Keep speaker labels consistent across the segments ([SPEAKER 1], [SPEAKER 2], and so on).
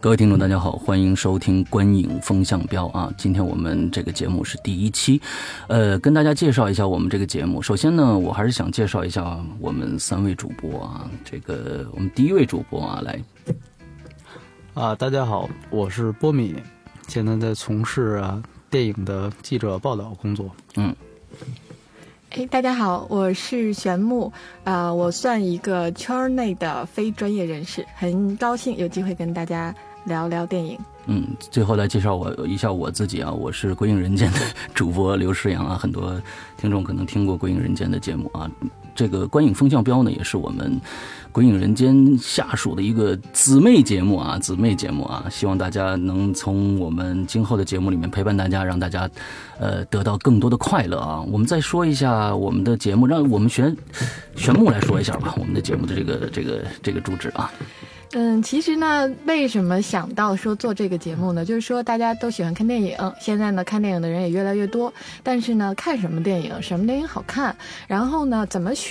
[SPEAKER 1] 各位听众，大家好，欢迎收听《观影风向标》啊！今天我们这个节目是第一期，呃，跟大家介绍一下我们这个节目。首先呢，我还是想介绍一下我们三位主播啊，这个我们第一位主播啊，来，
[SPEAKER 2] 啊，大家好，我是波米，现在在从事啊电影的记者报道工作。
[SPEAKER 3] 哎，大家好，我是玄木，啊、我算一个圈儿内的非专业人士，很高兴有机会跟大家聊聊电影。
[SPEAKER 1] 嗯，最后来介绍我一下我自己啊，我是《鬼影人间》的主播刘诗阳啊，很多听众可能听过《鬼影人间》的节目啊。这个观影风向标呢，也是我们《鬼影人间》下属的一个姊妹节目啊，姊妹节目啊，希望大家能从我们今后的节目里面陪伴大家，让大家呃得到更多的快乐啊。我们再说一下我们的节目，让我们玄玄木来说一下吧，我们的节目的这个这个这个主旨啊，
[SPEAKER 3] 嗯，其实呢，为什么想到说做这个节目呢？就是说大家都喜欢看电影，现在呢看电影的人也越来越多，但是呢，看什么电影，什么电影好看，然后呢怎么选？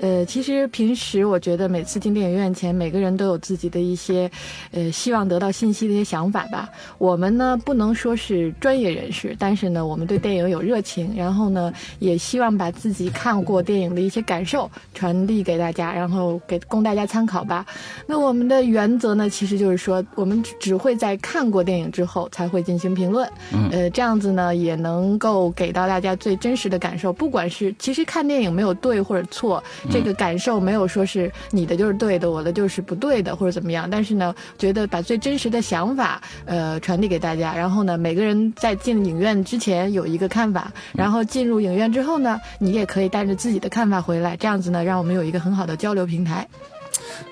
[SPEAKER 3] 呃，其实平时我觉得每次进电影院前，每个人都有自己的一些，呃，希望得到信息的一些想法吧。我们呢不能说是专业人士，但是呢，我们对电影有热情，然后呢，也希望把自己看过电影的一些感受传递给大家，然后给供大家参考吧。那我们的原则呢，其实就是说，我们只只会在看过电影之后才会进行评论。
[SPEAKER 1] 嗯
[SPEAKER 3] 呃，这样子呢，也能够给到大家最真实的感受。不管是其实看电影没有对或者错，这个感受没有说是你的就是对的，我的就是不对的或者怎么样。但是呢，觉得把最真实的想法呃传递给大家，然后呢，每个人在进影院之前有一个看法，然后进入影院之后呢，你也可以带着自己的看法回来。这样子呢，让我们有一个很好的交流平台。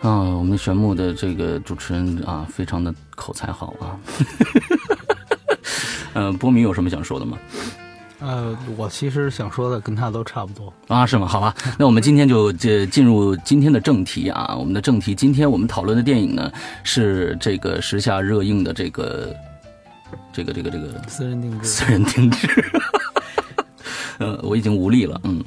[SPEAKER 1] 啊，我们玄牧的这个主持人啊，非常的口才好啊。 呃，波米有什么想说的吗？
[SPEAKER 2] 呃，我其实想说的跟他都差不多。
[SPEAKER 1] 啊，是吗？好吧，那我们今天就这进入今天的正题啊。我们的正题，今天我们讨论的电影呢是这个时下热映的这个这个这个这个
[SPEAKER 2] 私人定制
[SPEAKER 1] 私人定制。 呃，我已经无力了，嗯，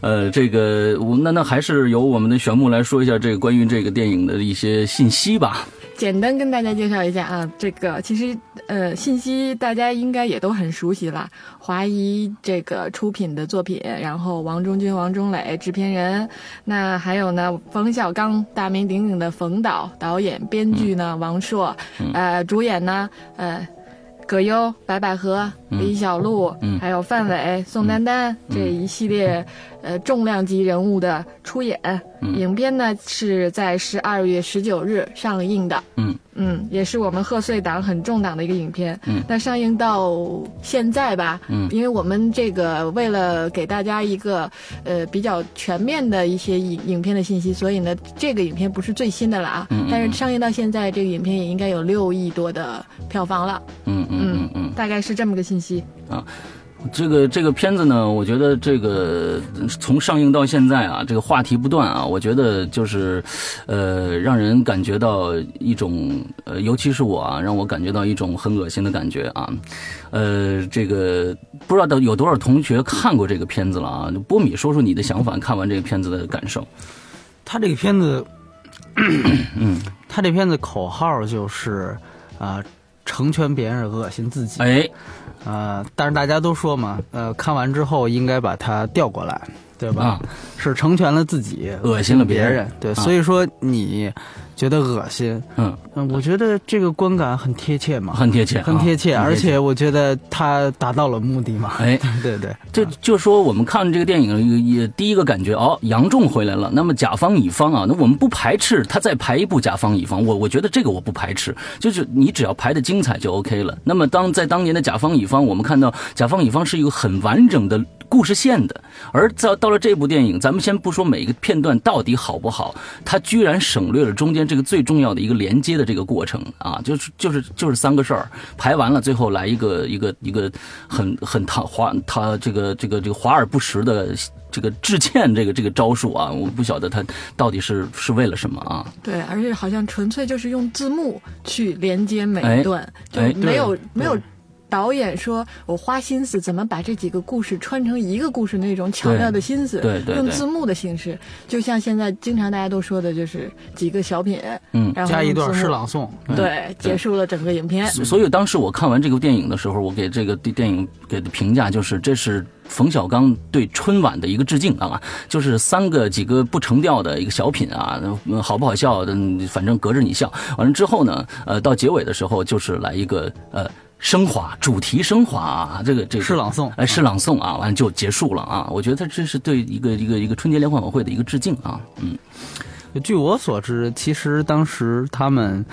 [SPEAKER 1] 呃，这个我那那还是由我们的玄牧来说一下这个关于这个电影的一些信息吧。
[SPEAKER 3] 简单跟大家介绍一下啊，这个其实呃信息大家应该也都很熟悉了，华谊这个出品的作品，然后王中军、王中磊制片人，那还有呢冯小刚大名鼎鼎的冯导导演，编剧呢王朔，呃主演呢呃。葛优、白百合、李小璐，
[SPEAKER 1] 嗯
[SPEAKER 3] 还有范伟、宋丹丹、这一系 列呃重量级人物的出演，
[SPEAKER 1] 嗯
[SPEAKER 3] 影片呢是在十二月十九日上映的，
[SPEAKER 1] 嗯
[SPEAKER 3] 嗯，也是我们贺岁档很重档的一个影片。嗯，那上映到现在吧，
[SPEAKER 1] 嗯
[SPEAKER 3] 因为我们这个为了给大家一个呃比较全面的一些影影片的信息，所以呢，这个影片不是最新的了啊，
[SPEAKER 1] 嗯嗯
[SPEAKER 3] 但是上映到现在，这个影片也应该有六亿多的票房了，
[SPEAKER 1] 嗯嗯嗯嗯。
[SPEAKER 3] 大概是这么个信息。
[SPEAKER 1] 这个这个片子呢，我觉得这个呃从上映到现在啊，这个话题不断啊，我觉得就是，呃，让人感觉到一种，呃，尤其是我啊，让我感觉到一种很恶心的感觉啊，呃，这个不知道到有多少同学看过这个片子了啊？波米，说说你的想法，看完这个片子的感受。
[SPEAKER 2] 他这个片子，嗯， 他这片子口号就是啊、成全别人，恶心自己。
[SPEAKER 1] 哎，
[SPEAKER 2] 呃，但是大家都说嘛，呃，看完之后应该把它调过来，对吧？
[SPEAKER 1] 啊
[SPEAKER 2] 是成全了自己，
[SPEAKER 1] 恶心了别
[SPEAKER 2] 别
[SPEAKER 1] 人
[SPEAKER 2] 对，
[SPEAKER 1] 啊
[SPEAKER 2] 所以说你觉得恶心，
[SPEAKER 1] 嗯，
[SPEAKER 2] 嗯，我觉得这个观感很贴切嘛，
[SPEAKER 1] 很贴切啊，
[SPEAKER 2] 很贴切，而且我觉得它达到了目的嘛。
[SPEAKER 1] 哎，
[SPEAKER 2] 对对，
[SPEAKER 1] 这就说我们看这个电影也也第一个感觉哦，杨仲回来了。那么甲方乙方啊，那我们不排斥他再排一部甲方乙方，我我觉得这个我不排斥，就是你只要排的精彩就 OK 了。那么当在当年的甲方乙方，我们看到甲方乙方是一个很完整的故事线的。而到到了这部电影，咱们先不说每个片段到底好不好，它居然省略了中间这个最重要的一个连接的这个过程啊，就是就是就是三个事儿排完了，最后来一个一个一个很很唐华他这个这个这个华而不实的这个致歉这个这个招数啊，我不晓得他到底是是为了什么啊。
[SPEAKER 3] 对，而且好像纯粹就是用字幕去连接每
[SPEAKER 1] 哎
[SPEAKER 3] 一段，
[SPEAKER 1] 哎
[SPEAKER 3] 就没有、
[SPEAKER 2] 对
[SPEAKER 3] 没有导演说我花心思怎么把这几个故事串成一个故事那种巧妙的心思，
[SPEAKER 1] 对对对
[SPEAKER 3] 用
[SPEAKER 1] 对
[SPEAKER 3] 字幕的形式，就像现在经常大家都说的就是几个小品，
[SPEAKER 1] 嗯
[SPEAKER 3] 然后
[SPEAKER 2] 加一段
[SPEAKER 3] 用字
[SPEAKER 2] 诗
[SPEAKER 3] 幕，
[SPEAKER 2] 朗诵，
[SPEAKER 3] 对，结束了整个影片。
[SPEAKER 1] 所所以当时我看完这个电影的时候，我给这个电影给的评价就是，这是冯小刚对春晚的一个致敬啊，就是三个几个不成调的一个小品啊，嗯好不好笑的，嗯反正隔着你笑。完了之后呢，呃，到结尾的时候就是来一个呃升华，主题升华啊，这个这个
[SPEAKER 2] 诗朗诵
[SPEAKER 1] 哎，是朗诵啊，完了就结束了啊。我觉得他这是对一个一个一个春节联欢晚会的一个致敬啊，嗯，
[SPEAKER 2] 据我所知，其实当时他们，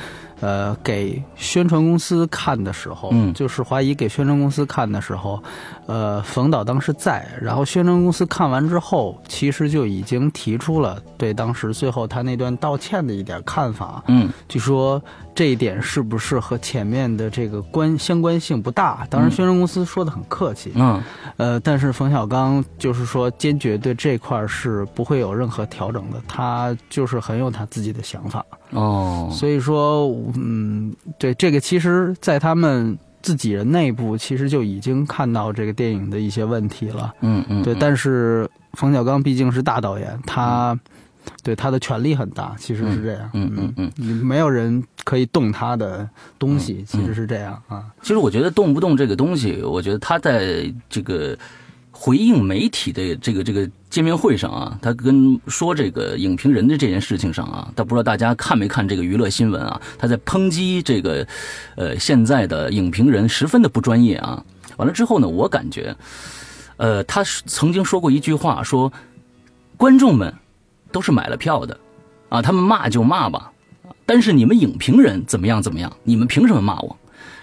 [SPEAKER 2] 呃，给宣传公司看的时候，
[SPEAKER 1] 嗯
[SPEAKER 2] 就是华谊给宣传公司看的时候，呃，冯导当时在，然后宣传公司看完之后，其实就已经提出了对当时最后他那段道歉的一点看法，
[SPEAKER 1] 嗯，
[SPEAKER 2] 就说这一点是不是和前面的这个关相关性不大？当然，宣传公司说的很客气，
[SPEAKER 1] 嗯，
[SPEAKER 2] 呃，但是冯小刚就是说坚决对这块儿是不会有任何调整的，他就是很有他自己的想法。
[SPEAKER 1] 哦，
[SPEAKER 2] 所以说，嗯，对这个其实，在他们自己人内部其实就已经看到这个电影的一些问题了。
[SPEAKER 1] 嗯嗯，
[SPEAKER 2] 对，
[SPEAKER 1] 嗯
[SPEAKER 2] 但是冯小刚毕竟是大导演，他对他的权力很大，其实是这样。
[SPEAKER 1] 嗯嗯嗯
[SPEAKER 2] 嗯，没有人可以动他的东西，其实是这样啊。
[SPEAKER 1] 其实我觉得动不动这个东西，我觉得他在这个回应媒体的这个这个见面会上啊，他跟说这个影评人的这件事情上啊，他不知道大家看没看这个娱乐新闻啊，他在抨击这个呃现在的影评人十分的不专业啊。完了之后呢，我感觉，呃，他是曾经说过一句话，说观众们都是买了票的啊，他们骂就骂吧，但是你们影评人怎么样怎么样，你们凭什么骂我？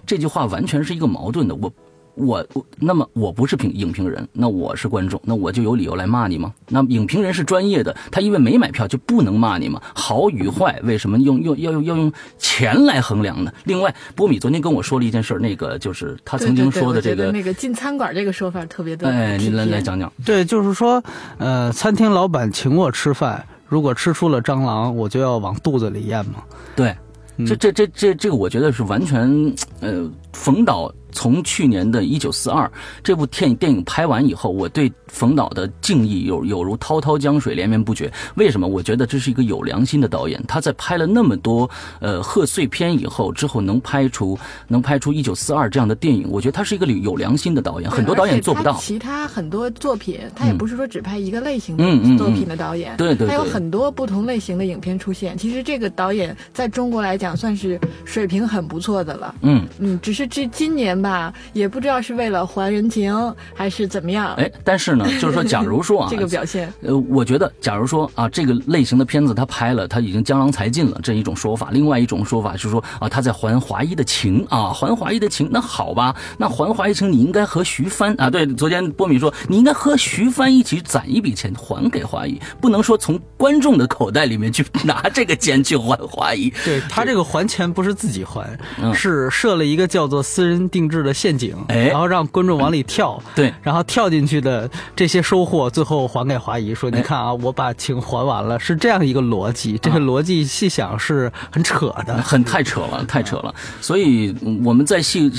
[SPEAKER 1] 这句话完全是一个矛盾的。我我我，那么我不是评影评人，那我是观众，那我就有理由来骂你吗？那影评人是专业的，他因为没买票就不能骂你吗？好与坏，为什么用用要用要用钱来衡量呢？另外，波米昨天跟我说了一件事儿，那个就是他
[SPEAKER 3] 对
[SPEAKER 1] 曾经
[SPEAKER 3] 对对
[SPEAKER 1] 说的
[SPEAKER 3] 我觉
[SPEAKER 1] 这个
[SPEAKER 3] 得那个进餐馆这个说法特别的
[SPEAKER 1] 哎，你
[SPEAKER 3] 贴
[SPEAKER 1] 来
[SPEAKER 3] 切
[SPEAKER 1] 来讲讲，
[SPEAKER 2] 对，就是说，呃，餐厅老板请我吃饭，如果吃出了蟑螂，我就要往肚子里咽嘛。
[SPEAKER 1] 对，这这这这这个，我觉得是完全呃，冯导从去年的《一九四二》这部电电影拍完以后，我对冯导的敬意有有如滔滔江水连绵不绝。为什么？我觉得这是一个有良心的导演，他在拍了那么多呃贺岁片以后，之后能拍出能拍出《一九四二》这样的电影，我觉得他是一个有良心的导演，
[SPEAKER 3] 对
[SPEAKER 1] 很多导演做不
[SPEAKER 3] 而且
[SPEAKER 1] 到
[SPEAKER 3] 他。其他很多作品，他也不是说只拍一个类型的
[SPEAKER 1] 嗯嗯嗯
[SPEAKER 3] 作品的导演，
[SPEAKER 1] 对对对
[SPEAKER 3] 他有很多不同类型的影片出现。其实这个导演在中国来讲算是水平很不错的了。
[SPEAKER 1] 嗯，
[SPEAKER 3] 嗯，只是这今年吧，也不知道是为了还人情还是怎么样，
[SPEAKER 1] 哎，但是呢，就是说，假如说啊，
[SPEAKER 3] 这个表现。
[SPEAKER 1] 呃，我觉得，假如说啊，这个类型的片子他拍了，他已经江郎才尽了，这一种说法；另外一种说法是说啊，他在还华谊的情啊，还华谊的情。那好吧，那还华谊情，你应该和徐帆啊，对，昨天波米说你应该和徐帆一起攒一笔钱还给华谊，不能说从观众的口袋里面去 拿这个钱去还华谊。
[SPEAKER 2] 对他这个还钱不是自己还，是设了一个叫做私人定制的陷阱，
[SPEAKER 1] 哎
[SPEAKER 2] 然后让观众往里跳，
[SPEAKER 1] 对
[SPEAKER 2] 然后跳进去的这些收获最后还给华谊，说你看啊，我把情还完了，是这样一个逻辑，这个逻辑细想是很扯的。
[SPEAKER 1] 很太扯了，太扯了。所以嗯我们在细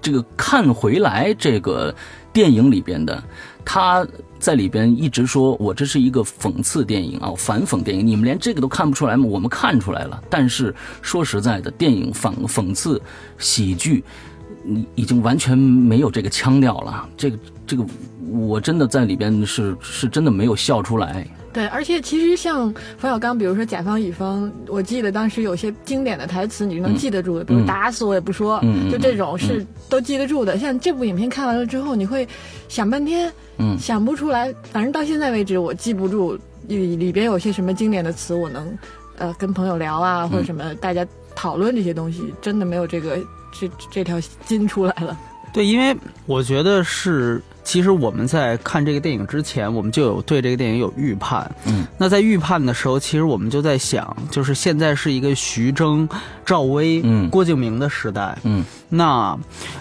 [SPEAKER 1] 这个看回来这个电影里边的，他在里边一直说我这是一个讽刺电影啊，反讽电影。你们连这个都看不出来吗？我们看出来了。但是说实在的，电影反讽刺喜剧。嗯已经完全没有这个腔调了，这个这个，我真的在里边是是真的没有笑出来。
[SPEAKER 3] 对，而且其实像冯小刚，比如说甲方乙方，我记得当时有些经典的台词你是能记得住的，比
[SPEAKER 1] 嗯
[SPEAKER 3] 如打死我也不说，
[SPEAKER 1] 嗯嗯
[SPEAKER 3] 哦就这种是都记得住的。像这部影片看完了之后，你会想半天，
[SPEAKER 1] 嗯
[SPEAKER 3] 想不出来。反正到现在为止，我记不住里里边有些什么经典的词，我能呃跟朋友聊
[SPEAKER 1] 嗯
[SPEAKER 3] 啊，或者什么大家讨论这些东西，真的没有这个这这条筋出来了。
[SPEAKER 2] 对，因为我觉得是其实我们在看这个电影之前，我们就有对这个电影有预判。
[SPEAKER 1] 嗯，
[SPEAKER 2] 那在预判的时候，其实我们就在想，就是现在是一个徐峥、赵薇、
[SPEAKER 1] 嗯
[SPEAKER 2] 郭敬明的时代。
[SPEAKER 1] 嗯
[SPEAKER 2] 那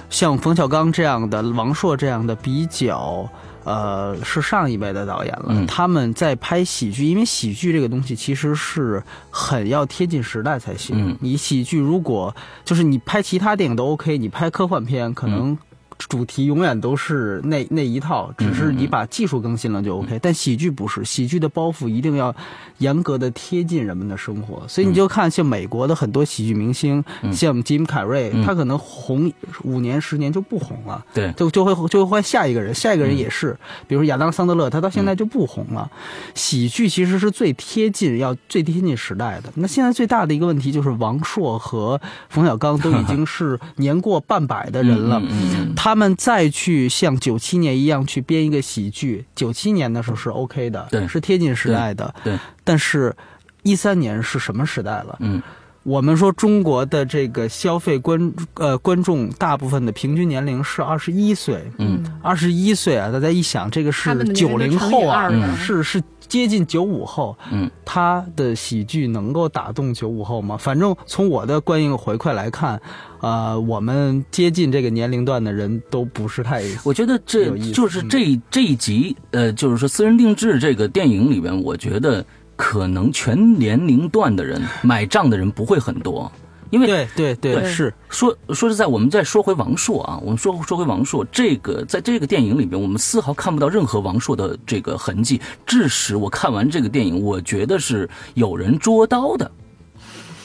[SPEAKER 2] 像冯小刚这样的、王朔这样的比较。呃，是上一辈的导演了，
[SPEAKER 1] 嗯
[SPEAKER 2] 他们在拍喜剧，因为喜剧这个东西其实是很要贴近时代才行。
[SPEAKER 1] 嗯
[SPEAKER 2] 你喜剧如果就是你拍其他电影都 OK，你拍科幻片
[SPEAKER 1] 嗯
[SPEAKER 2] 可能主题永远都是那那一套，只是你把技术更新了就 OK、但喜剧不是，喜剧的包袱一定要严格的贴近人们的生活，所以你就看像美国的很多喜剧明星，像吉姆·凯瑞，
[SPEAKER 1] 嗯
[SPEAKER 2] 他可能红五年十年就不红了。
[SPEAKER 1] 对，
[SPEAKER 2] 就就会就会换下一个人，下一个人也是，比如说亚当·桑德勒，他到
[SPEAKER 1] 嗯
[SPEAKER 2] 现在就不红了。喜剧其实是最贴近要最贴近时代的。那现在最大的一个问题就是王朔和冯小刚都已经是年过半百的人了。
[SPEAKER 1] 嗯嗯嗯
[SPEAKER 2] 他们再去像九七年一样去编一个喜剧，九七年的时候是 OK 的，
[SPEAKER 1] 对
[SPEAKER 2] 是贴近时代的。
[SPEAKER 1] 对，
[SPEAKER 2] 但是，一三年是什么时代了？
[SPEAKER 1] 嗯
[SPEAKER 2] 我们说中国的这个消费观呃观众大部分的平均年龄是二十一岁，
[SPEAKER 1] 嗯
[SPEAKER 2] 二十一岁啊，大家一想这个是
[SPEAKER 3] 他们的年
[SPEAKER 2] 九
[SPEAKER 3] 龄
[SPEAKER 2] 零
[SPEAKER 3] 乘以
[SPEAKER 2] 后啊
[SPEAKER 3] 二，了
[SPEAKER 1] 嗯
[SPEAKER 2] 是是接近九五后，
[SPEAKER 1] 嗯
[SPEAKER 2] 他的喜剧能够打动九五后吗？反正从我的观影回馈来看，呃，我们接近这个年龄段的人都不 是太
[SPEAKER 1] 我觉得这
[SPEAKER 2] 有意思嗯
[SPEAKER 1] 就是这这一集，呃，就是说私人定制这个电影里边，我觉得可能全年龄段的人买账的人不会很多，因为
[SPEAKER 2] 对对对
[SPEAKER 3] 对
[SPEAKER 2] 是
[SPEAKER 1] 说说实在，我们再说回王朔啊，我们说说回王朔这个，在这个电影里边，我们丝毫看不到任何王朔的这个痕迹，致使我看完这个电影，我觉得是有人捉刀的。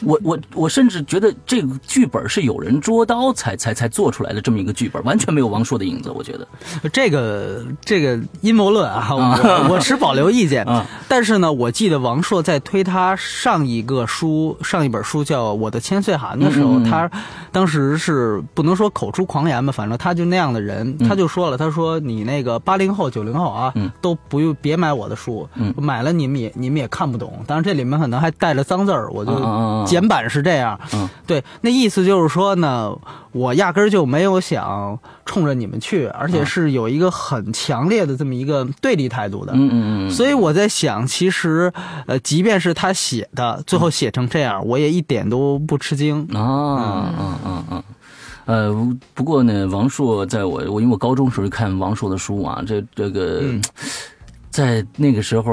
[SPEAKER 1] 我我我甚至觉得这个剧本是有人捉刀才才才做出来的这么一个剧本，完全没有王朔的影子。我觉得，
[SPEAKER 2] 这个这个阴谋论啊，我我持保留意见
[SPEAKER 1] 啊。
[SPEAKER 2] 但是呢，我记得王朔在推他上一个书，上一本书叫《我的千岁寒》的时候，
[SPEAKER 1] 嗯嗯嗯
[SPEAKER 2] 他当时是不能说口出狂言吧，反正他就那样的人，他就说了，他说你那个八零后、九零后啊，
[SPEAKER 1] 嗯
[SPEAKER 2] 都不用别买我的书，
[SPEAKER 1] 嗯
[SPEAKER 2] 买了你们也你们也看不懂。当然这里面可能还带着脏字儿，我就
[SPEAKER 1] 嗯嗯嗯嗯
[SPEAKER 2] 简版是这样。
[SPEAKER 1] 嗯
[SPEAKER 2] 对，那意思就是说呢，我压根儿就没有想冲着你们去，而
[SPEAKER 1] 嗯
[SPEAKER 2] 且是有一个很强烈的这么一个对立态度的。
[SPEAKER 1] 嗯嗯嗯，
[SPEAKER 2] 所以我在想，其实，呃，即便是他写的，最后写成这样，我也一点都不吃惊。
[SPEAKER 1] 啊，嗯嗯嗯。呃，不过呢，王朔在我我因为我高中时候就看王朔的书啊，这这个、
[SPEAKER 2] 嗯
[SPEAKER 1] 在那个时候，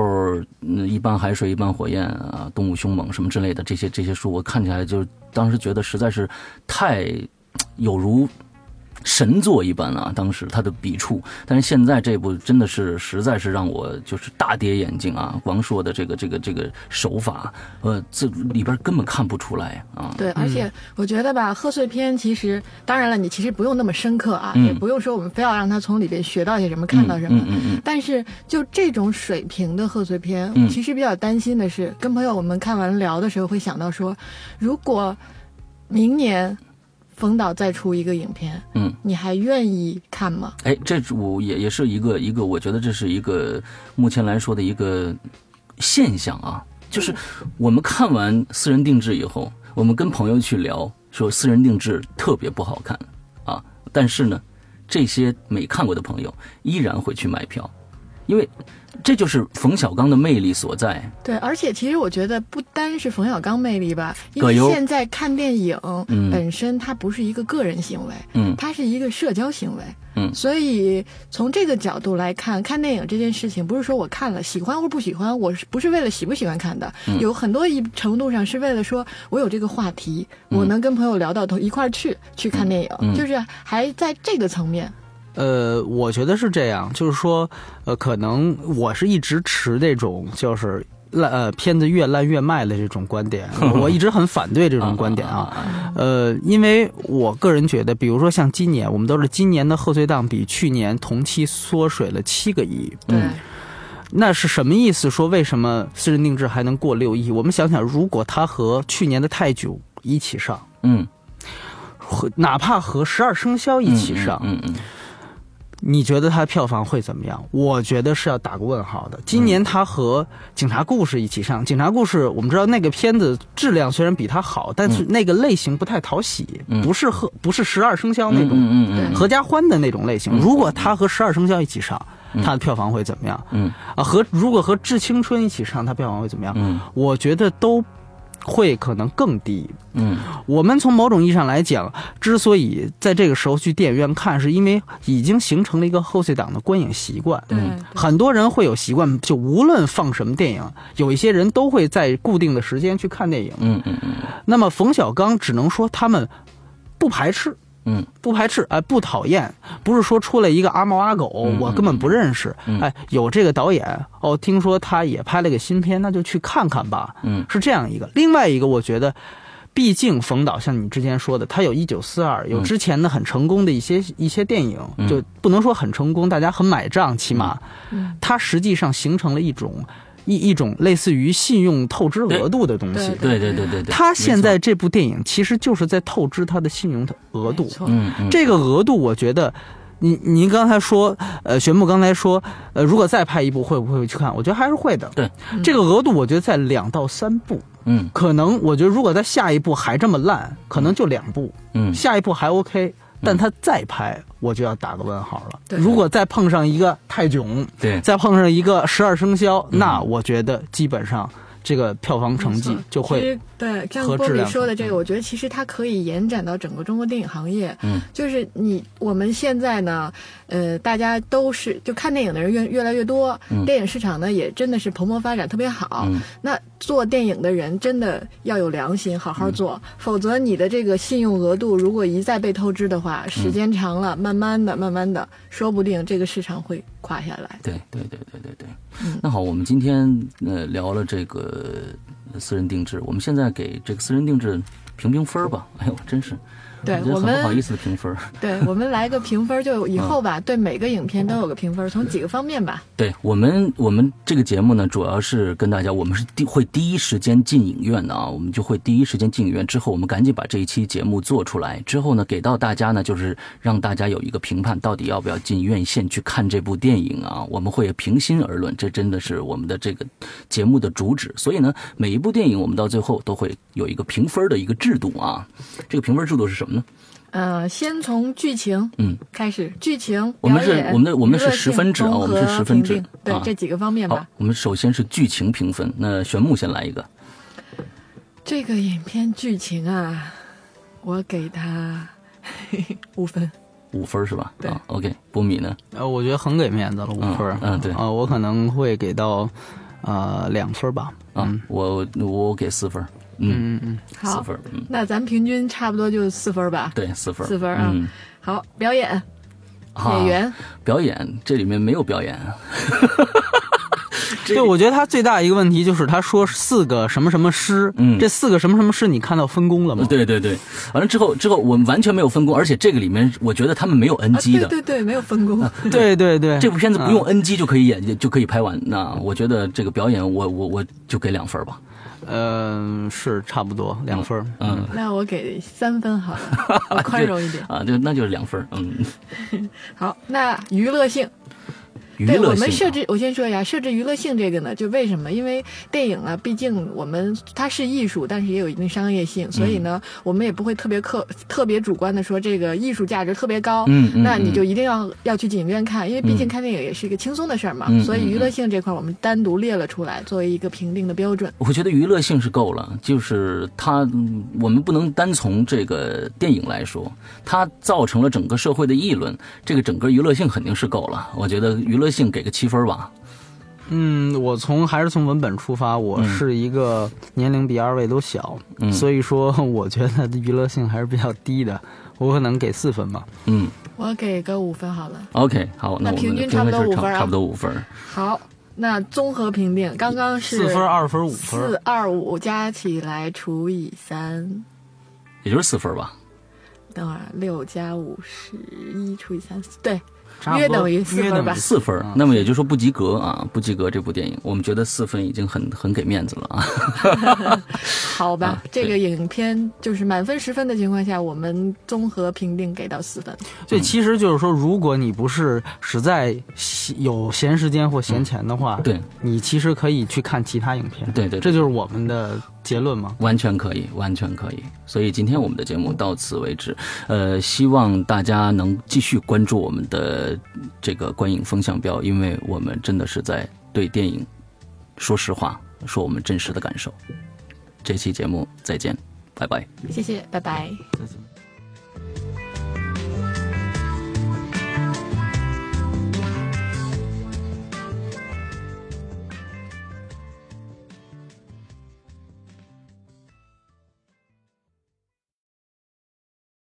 [SPEAKER 1] 嗯，一半海水一半火焰啊，动物凶猛什么之类的这些这些书，我看起来就当时觉得实在是太嘖有如神作一般啊，当时他的笔触。但是现在这部真的是实在是让我就是大跌眼镜啊，王朔的这个这个这个手法，呃，这里边根本看不出来啊。
[SPEAKER 3] 对，而且我觉得吧，贺岁片其实，当然了，你其实不用那么深刻啊，
[SPEAKER 1] 嗯
[SPEAKER 3] 也不用说我们非要让他从里边学到些什么，看到什么。
[SPEAKER 1] 嗯嗯嗯
[SPEAKER 3] 但是就这种水平的贺岁片，
[SPEAKER 1] 嗯
[SPEAKER 3] 其实比较担心的是，跟朋友我们看完聊的时候会想到说，如果明年冯导再出一个影片，
[SPEAKER 1] 嗯，
[SPEAKER 3] 你还愿意看吗？
[SPEAKER 1] 哎，这是我也也是一个一个，我觉得这是一个目前来说的一个现象啊，就是
[SPEAKER 2] 嗯
[SPEAKER 1] 我们看完私人定制以后，我们跟朋友去聊，说私人定制特别不好看啊，但是呢，这些没看过的朋友依然会去买票，因为这就是冯小刚的魅力所在。
[SPEAKER 3] 对，而且其实我觉得不单是冯小刚魅力吧，因
[SPEAKER 1] 葛
[SPEAKER 3] 为
[SPEAKER 1] 优
[SPEAKER 3] 现在看电影
[SPEAKER 1] 嗯
[SPEAKER 3] 本身它不是一个个人行为，
[SPEAKER 1] 嗯
[SPEAKER 3] 它是一个社交行为。
[SPEAKER 1] 嗯
[SPEAKER 3] 所以从这个角度来看，看电影这件事情，不是说我看了喜欢或不喜欢，我是不是为了喜不喜欢看的？
[SPEAKER 1] 嗯
[SPEAKER 3] 有很多一程度上是为了说我有这个话题，我能跟朋友聊到头一块儿去去看电影，
[SPEAKER 1] 嗯
[SPEAKER 3] 就是还在这个层面。
[SPEAKER 2] 呃，我觉得是这样，就是说，呃，可能我是一直持这种就是烂呃片子越烂越卖的这种观 点，我一直很反对这种观点啊。呃，因为我个人觉得，比如说像今年，我们都是今年的贺岁档比去年同期缩水了七个亿，
[SPEAKER 3] 对，
[SPEAKER 1] 嗯
[SPEAKER 2] 那是什么意思？说为什么私人定制还能过六亿？我们想想，如果它和去年的泰囧一起上，
[SPEAKER 1] 嗯，
[SPEAKER 2] 嗯和哪怕和十二生肖一起上，
[SPEAKER 1] 嗯嗯嗯
[SPEAKER 2] 你觉得它票房会怎么样？我觉得是要打个问号的。今年它和《警察故事》一起上，警察故事》我们知道那个片子质量虽然比它好，但
[SPEAKER 1] 嗯
[SPEAKER 2] 是那个类型不太讨喜，不是和不是十二生肖那种
[SPEAKER 1] 嗯嗯嗯嗯
[SPEAKER 2] 合家欢的那种类型。如果它和十二生肖一起上，它的票房会怎么样？
[SPEAKER 1] 嗯
[SPEAKER 2] 啊，和如果和《致青春》一起上，它票房会怎么样？
[SPEAKER 1] 嗯
[SPEAKER 2] 我觉得都会可能更低。
[SPEAKER 1] 嗯
[SPEAKER 2] 我们从某种意义上来讲，之所以在这个时候去电影院看，是因为已经形成了一个后退档的观影习惯。
[SPEAKER 3] 对，
[SPEAKER 2] 很多人会有习惯，就无论放什么电影，有一些人都会在固定的时间去看电影。
[SPEAKER 1] 嗯嗯嗯
[SPEAKER 2] 那么冯小刚只能说他们不排斥，
[SPEAKER 1] 嗯，
[SPEAKER 2] 不排斥，哎，不讨厌，不是说出来一个阿猫阿狗，
[SPEAKER 1] 嗯
[SPEAKER 2] 我根本不认识，哎，有这个导演，哦，听说他也拍了个新片，那就去看看吧，
[SPEAKER 1] 嗯，
[SPEAKER 2] 是这样一个。另外一个，我觉得。毕竟冯导像你之前说的，他有一九四二，
[SPEAKER 1] 嗯
[SPEAKER 2] 有之前的很成功的一些一些电影，就不能说很成功，大家很买账，起码，
[SPEAKER 3] 嗯
[SPEAKER 2] 他实际上形成了一种一一种类似于信用透支额度的东西，
[SPEAKER 1] 对对对对对，
[SPEAKER 2] 他现在这部电影其实就是在透支他的信用的额度
[SPEAKER 3] 没，错
[SPEAKER 1] 嗯嗯
[SPEAKER 2] 这个额度我觉得。您您刚才说，呃，玄牧刚才说，呃，如果再拍一部会不会去看？我觉得还是会的。
[SPEAKER 1] 对，
[SPEAKER 3] 嗯
[SPEAKER 2] 这个额度我觉得在两到三部，
[SPEAKER 1] 嗯
[SPEAKER 2] 可能我觉得如果在下一部还这么烂，可能就两部，
[SPEAKER 1] 嗯
[SPEAKER 2] 下一部还 OK，但他再拍我就要打个问号了。
[SPEAKER 3] 对
[SPEAKER 2] 如果再碰上一个泰囧，
[SPEAKER 1] 对
[SPEAKER 2] 再碰上一个十二生肖，那我觉得基本上这个票房成绩就
[SPEAKER 3] 其
[SPEAKER 2] 会
[SPEAKER 3] 实对，像
[SPEAKER 2] 和
[SPEAKER 3] 波
[SPEAKER 2] 质
[SPEAKER 3] 比
[SPEAKER 2] 量嗯
[SPEAKER 3] 说的
[SPEAKER 2] 上
[SPEAKER 3] 这个，我觉得其实它可以延展到整个中国电影行业。
[SPEAKER 1] 嗯，
[SPEAKER 3] 就是你我们现在呢，呃，大家都是就看电影的人越越来越多，
[SPEAKER 2] 嗯
[SPEAKER 3] 电影市场呢也真的是蓬勃发展，特别好。
[SPEAKER 1] 嗯
[SPEAKER 3] 那做电影的人真的要有良心，好
[SPEAKER 2] 嗯
[SPEAKER 3] 好做，否则你的这个信用额度如果一再被透支的话，
[SPEAKER 2] 嗯
[SPEAKER 3] 时间长了，慢慢的、慢慢的，说不定这个市场会垮下来。
[SPEAKER 1] 对对对对对对。
[SPEAKER 3] 嗯
[SPEAKER 1] 那好，我们今天呃聊了这个呃私人定制，我们现在给这个私人定制评评分儿吧。哎呦，真是，
[SPEAKER 3] 对
[SPEAKER 1] 我觉得
[SPEAKER 3] 我
[SPEAKER 1] 很不好
[SPEAKER 3] 们
[SPEAKER 1] 意思的评分儿。
[SPEAKER 3] 对，我们来个评分儿，就
[SPEAKER 2] 嗯
[SPEAKER 3] 以后吧，对每个影片都有个评分儿，从几个方面吧。
[SPEAKER 1] 对我们，我们这个节目呢，主要是跟大家，我们是第会第一时间进影院的啊，我们就会第一时间进影院。之后，我们赶紧把这一期节目做出来，之后呢，给到大家呢，就是让大家有一个评判，到底要不要进院线去看这部电影啊？我们会平心而论，这真的是我们的这个节目的主旨。所以呢，每一部电影我们到最后都会有一个评分的一个制度啊。这个评分制度是什么呢？
[SPEAKER 3] 呃，先从剧情
[SPEAKER 1] 嗯
[SPEAKER 3] 开始，剧情
[SPEAKER 1] 我们是
[SPEAKER 3] 表演
[SPEAKER 1] 我们的我们是
[SPEAKER 3] 娱乐性
[SPEAKER 1] 十分制啊
[SPEAKER 3] 综
[SPEAKER 1] 我们是
[SPEAKER 3] 合
[SPEAKER 1] 十分制
[SPEAKER 3] 评定对、
[SPEAKER 1] 啊
[SPEAKER 3] 这几个方面
[SPEAKER 1] 好
[SPEAKER 3] 吧。，
[SPEAKER 1] 我们首先是剧情评分，那玄牧先来一个，
[SPEAKER 3] 这个影片剧情啊，我给他 五分。
[SPEAKER 1] 五分儿是吧？
[SPEAKER 3] 对
[SPEAKER 1] 啊，OK，波米呢？
[SPEAKER 2] 呃，我觉得很给面子了，五分儿
[SPEAKER 1] 嗯嗯对
[SPEAKER 2] 啊、我可能会给到呃两分儿吧。
[SPEAKER 1] 啊，我我给四分儿，嗯，
[SPEAKER 2] 嗯嗯
[SPEAKER 1] 四
[SPEAKER 3] 嗯好，
[SPEAKER 1] 分儿，嗯，
[SPEAKER 3] 那咱平均差不多就四分吧。
[SPEAKER 1] 对，四分儿，
[SPEAKER 3] 四分儿啊
[SPEAKER 1] 嗯
[SPEAKER 3] 好，表演、
[SPEAKER 1] 啊
[SPEAKER 3] 演员，
[SPEAKER 1] 表演这里面没有表演，啊
[SPEAKER 2] 嗯，对，我觉得他最大一个问题就是他说四个什么什么师，
[SPEAKER 1] 嗯
[SPEAKER 2] 这四个什么什么师，你看到分工了吗？
[SPEAKER 1] 对对对，完了之后之后我们完全没有分工，而且这个里面我觉得他们没有
[SPEAKER 3] 啊，
[SPEAKER 1] NG
[SPEAKER 3] 对
[SPEAKER 1] 的，
[SPEAKER 3] 对对，没有分工。
[SPEAKER 2] 对对对，
[SPEAKER 1] 这部片子不
[SPEAKER 2] 嗯
[SPEAKER 1] 用 NG 就可以演、就可以拍完，那我觉得这个表演我我我就给两分儿吧，
[SPEAKER 2] 呃，是差不多两分儿。
[SPEAKER 1] 嗯。
[SPEAKER 3] 那我给三分好了，我 宽容一点。
[SPEAKER 1] 啊，就那就是两分儿，嗯，
[SPEAKER 3] 好，那娱乐性，
[SPEAKER 1] 娱
[SPEAKER 3] 对我
[SPEAKER 1] 乐
[SPEAKER 3] 们设
[SPEAKER 1] 性啊、
[SPEAKER 3] 置，我先说一下设置娱乐性这个呢，就为什么？因为电影啊，毕竟我们它是艺术，但是也有一定商业性，所以
[SPEAKER 1] 嗯
[SPEAKER 3] 呢，我们也不会特别客特别主观的说这个艺术价值特别高，
[SPEAKER 1] 嗯嗯
[SPEAKER 3] 那你
[SPEAKER 1] 嗯
[SPEAKER 3] 就一定要要去影院看，因为毕竟看电影也是一个轻松的事儿嘛，
[SPEAKER 1] 嗯
[SPEAKER 3] 所以
[SPEAKER 1] 嗯
[SPEAKER 3] 娱乐性这块我们单独列了出来，作为一个评定的标准。
[SPEAKER 1] 我觉得娱乐性是够了，就是它，嗯我们不能单从这个电影来说，它造成了整个社会的议论，这个整个娱乐性肯定是够了。我觉得娱乐性给个七分吧。
[SPEAKER 2] 嗯，我从还是从文本出发，
[SPEAKER 1] 嗯
[SPEAKER 2] 我是一个年龄比二位都小，所以说我觉得娱乐性还是比较低的，我可能给四分吧。
[SPEAKER 1] 嗯
[SPEAKER 3] 我给个五分好了。
[SPEAKER 1] ，OK，好，那
[SPEAKER 3] 那
[SPEAKER 1] 我们
[SPEAKER 3] 平
[SPEAKER 1] 的
[SPEAKER 3] 均差不多
[SPEAKER 1] 是
[SPEAKER 3] 五分啊
[SPEAKER 1] 差不多五分。
[SPEAKER 3] 好，那综合评定刚刚是
[SPEAKER 2] 四分、二分、五分儿，
[SPEAKER 3] 四二五加起来除以三。
[SPEAKER 1] 也就是四分吧。
[SPEAKER 3] 等会儿六加五十一除以三，对，
[SPEAKER 2] 差不多
[SPEAKER 3] 约等于啊四
[SPEAKER 2] 约等
[SPEAKER 3] 分
[SPEAKER 2] 于
[SPEAKER 3] 吧。
[SPEAKER 1] 四分，那么也就是说不及格啊，不及格。这部电影我们觉得四分已经很很给面子了啊。
[SPEAKER 3] 好吧，
[SPEAKER 1] 啊
[SPEAKER 3] 这个
[SPEAKER 1] 对
[SPEAKER 3] 影片就是满分十分的情况下，我们综合评定给到四分。
[SPEAKER 2] 所以其实就是说，如果你不是实在闲有闲时间或闲钱的话，
[SPEAKER 1] 对，
[SPEAKER 2] 你其实可以去看其他影片。
[SPEAKER 1] 对对对
[SPEAKER 2] 这就是我们的结论嘛。
[SPEAKER 1] 完全可以，完全可以。所以今天我们的节目到此为止，呃，希望大家能继续关注我们的这个观影风向标，因为我们真的是在对电影说实话，说我们真实的感受。这期节目再见，拜拜。
[SPEAKER 3] 谢谢，拜拜。
[SPEAKER 2] 再见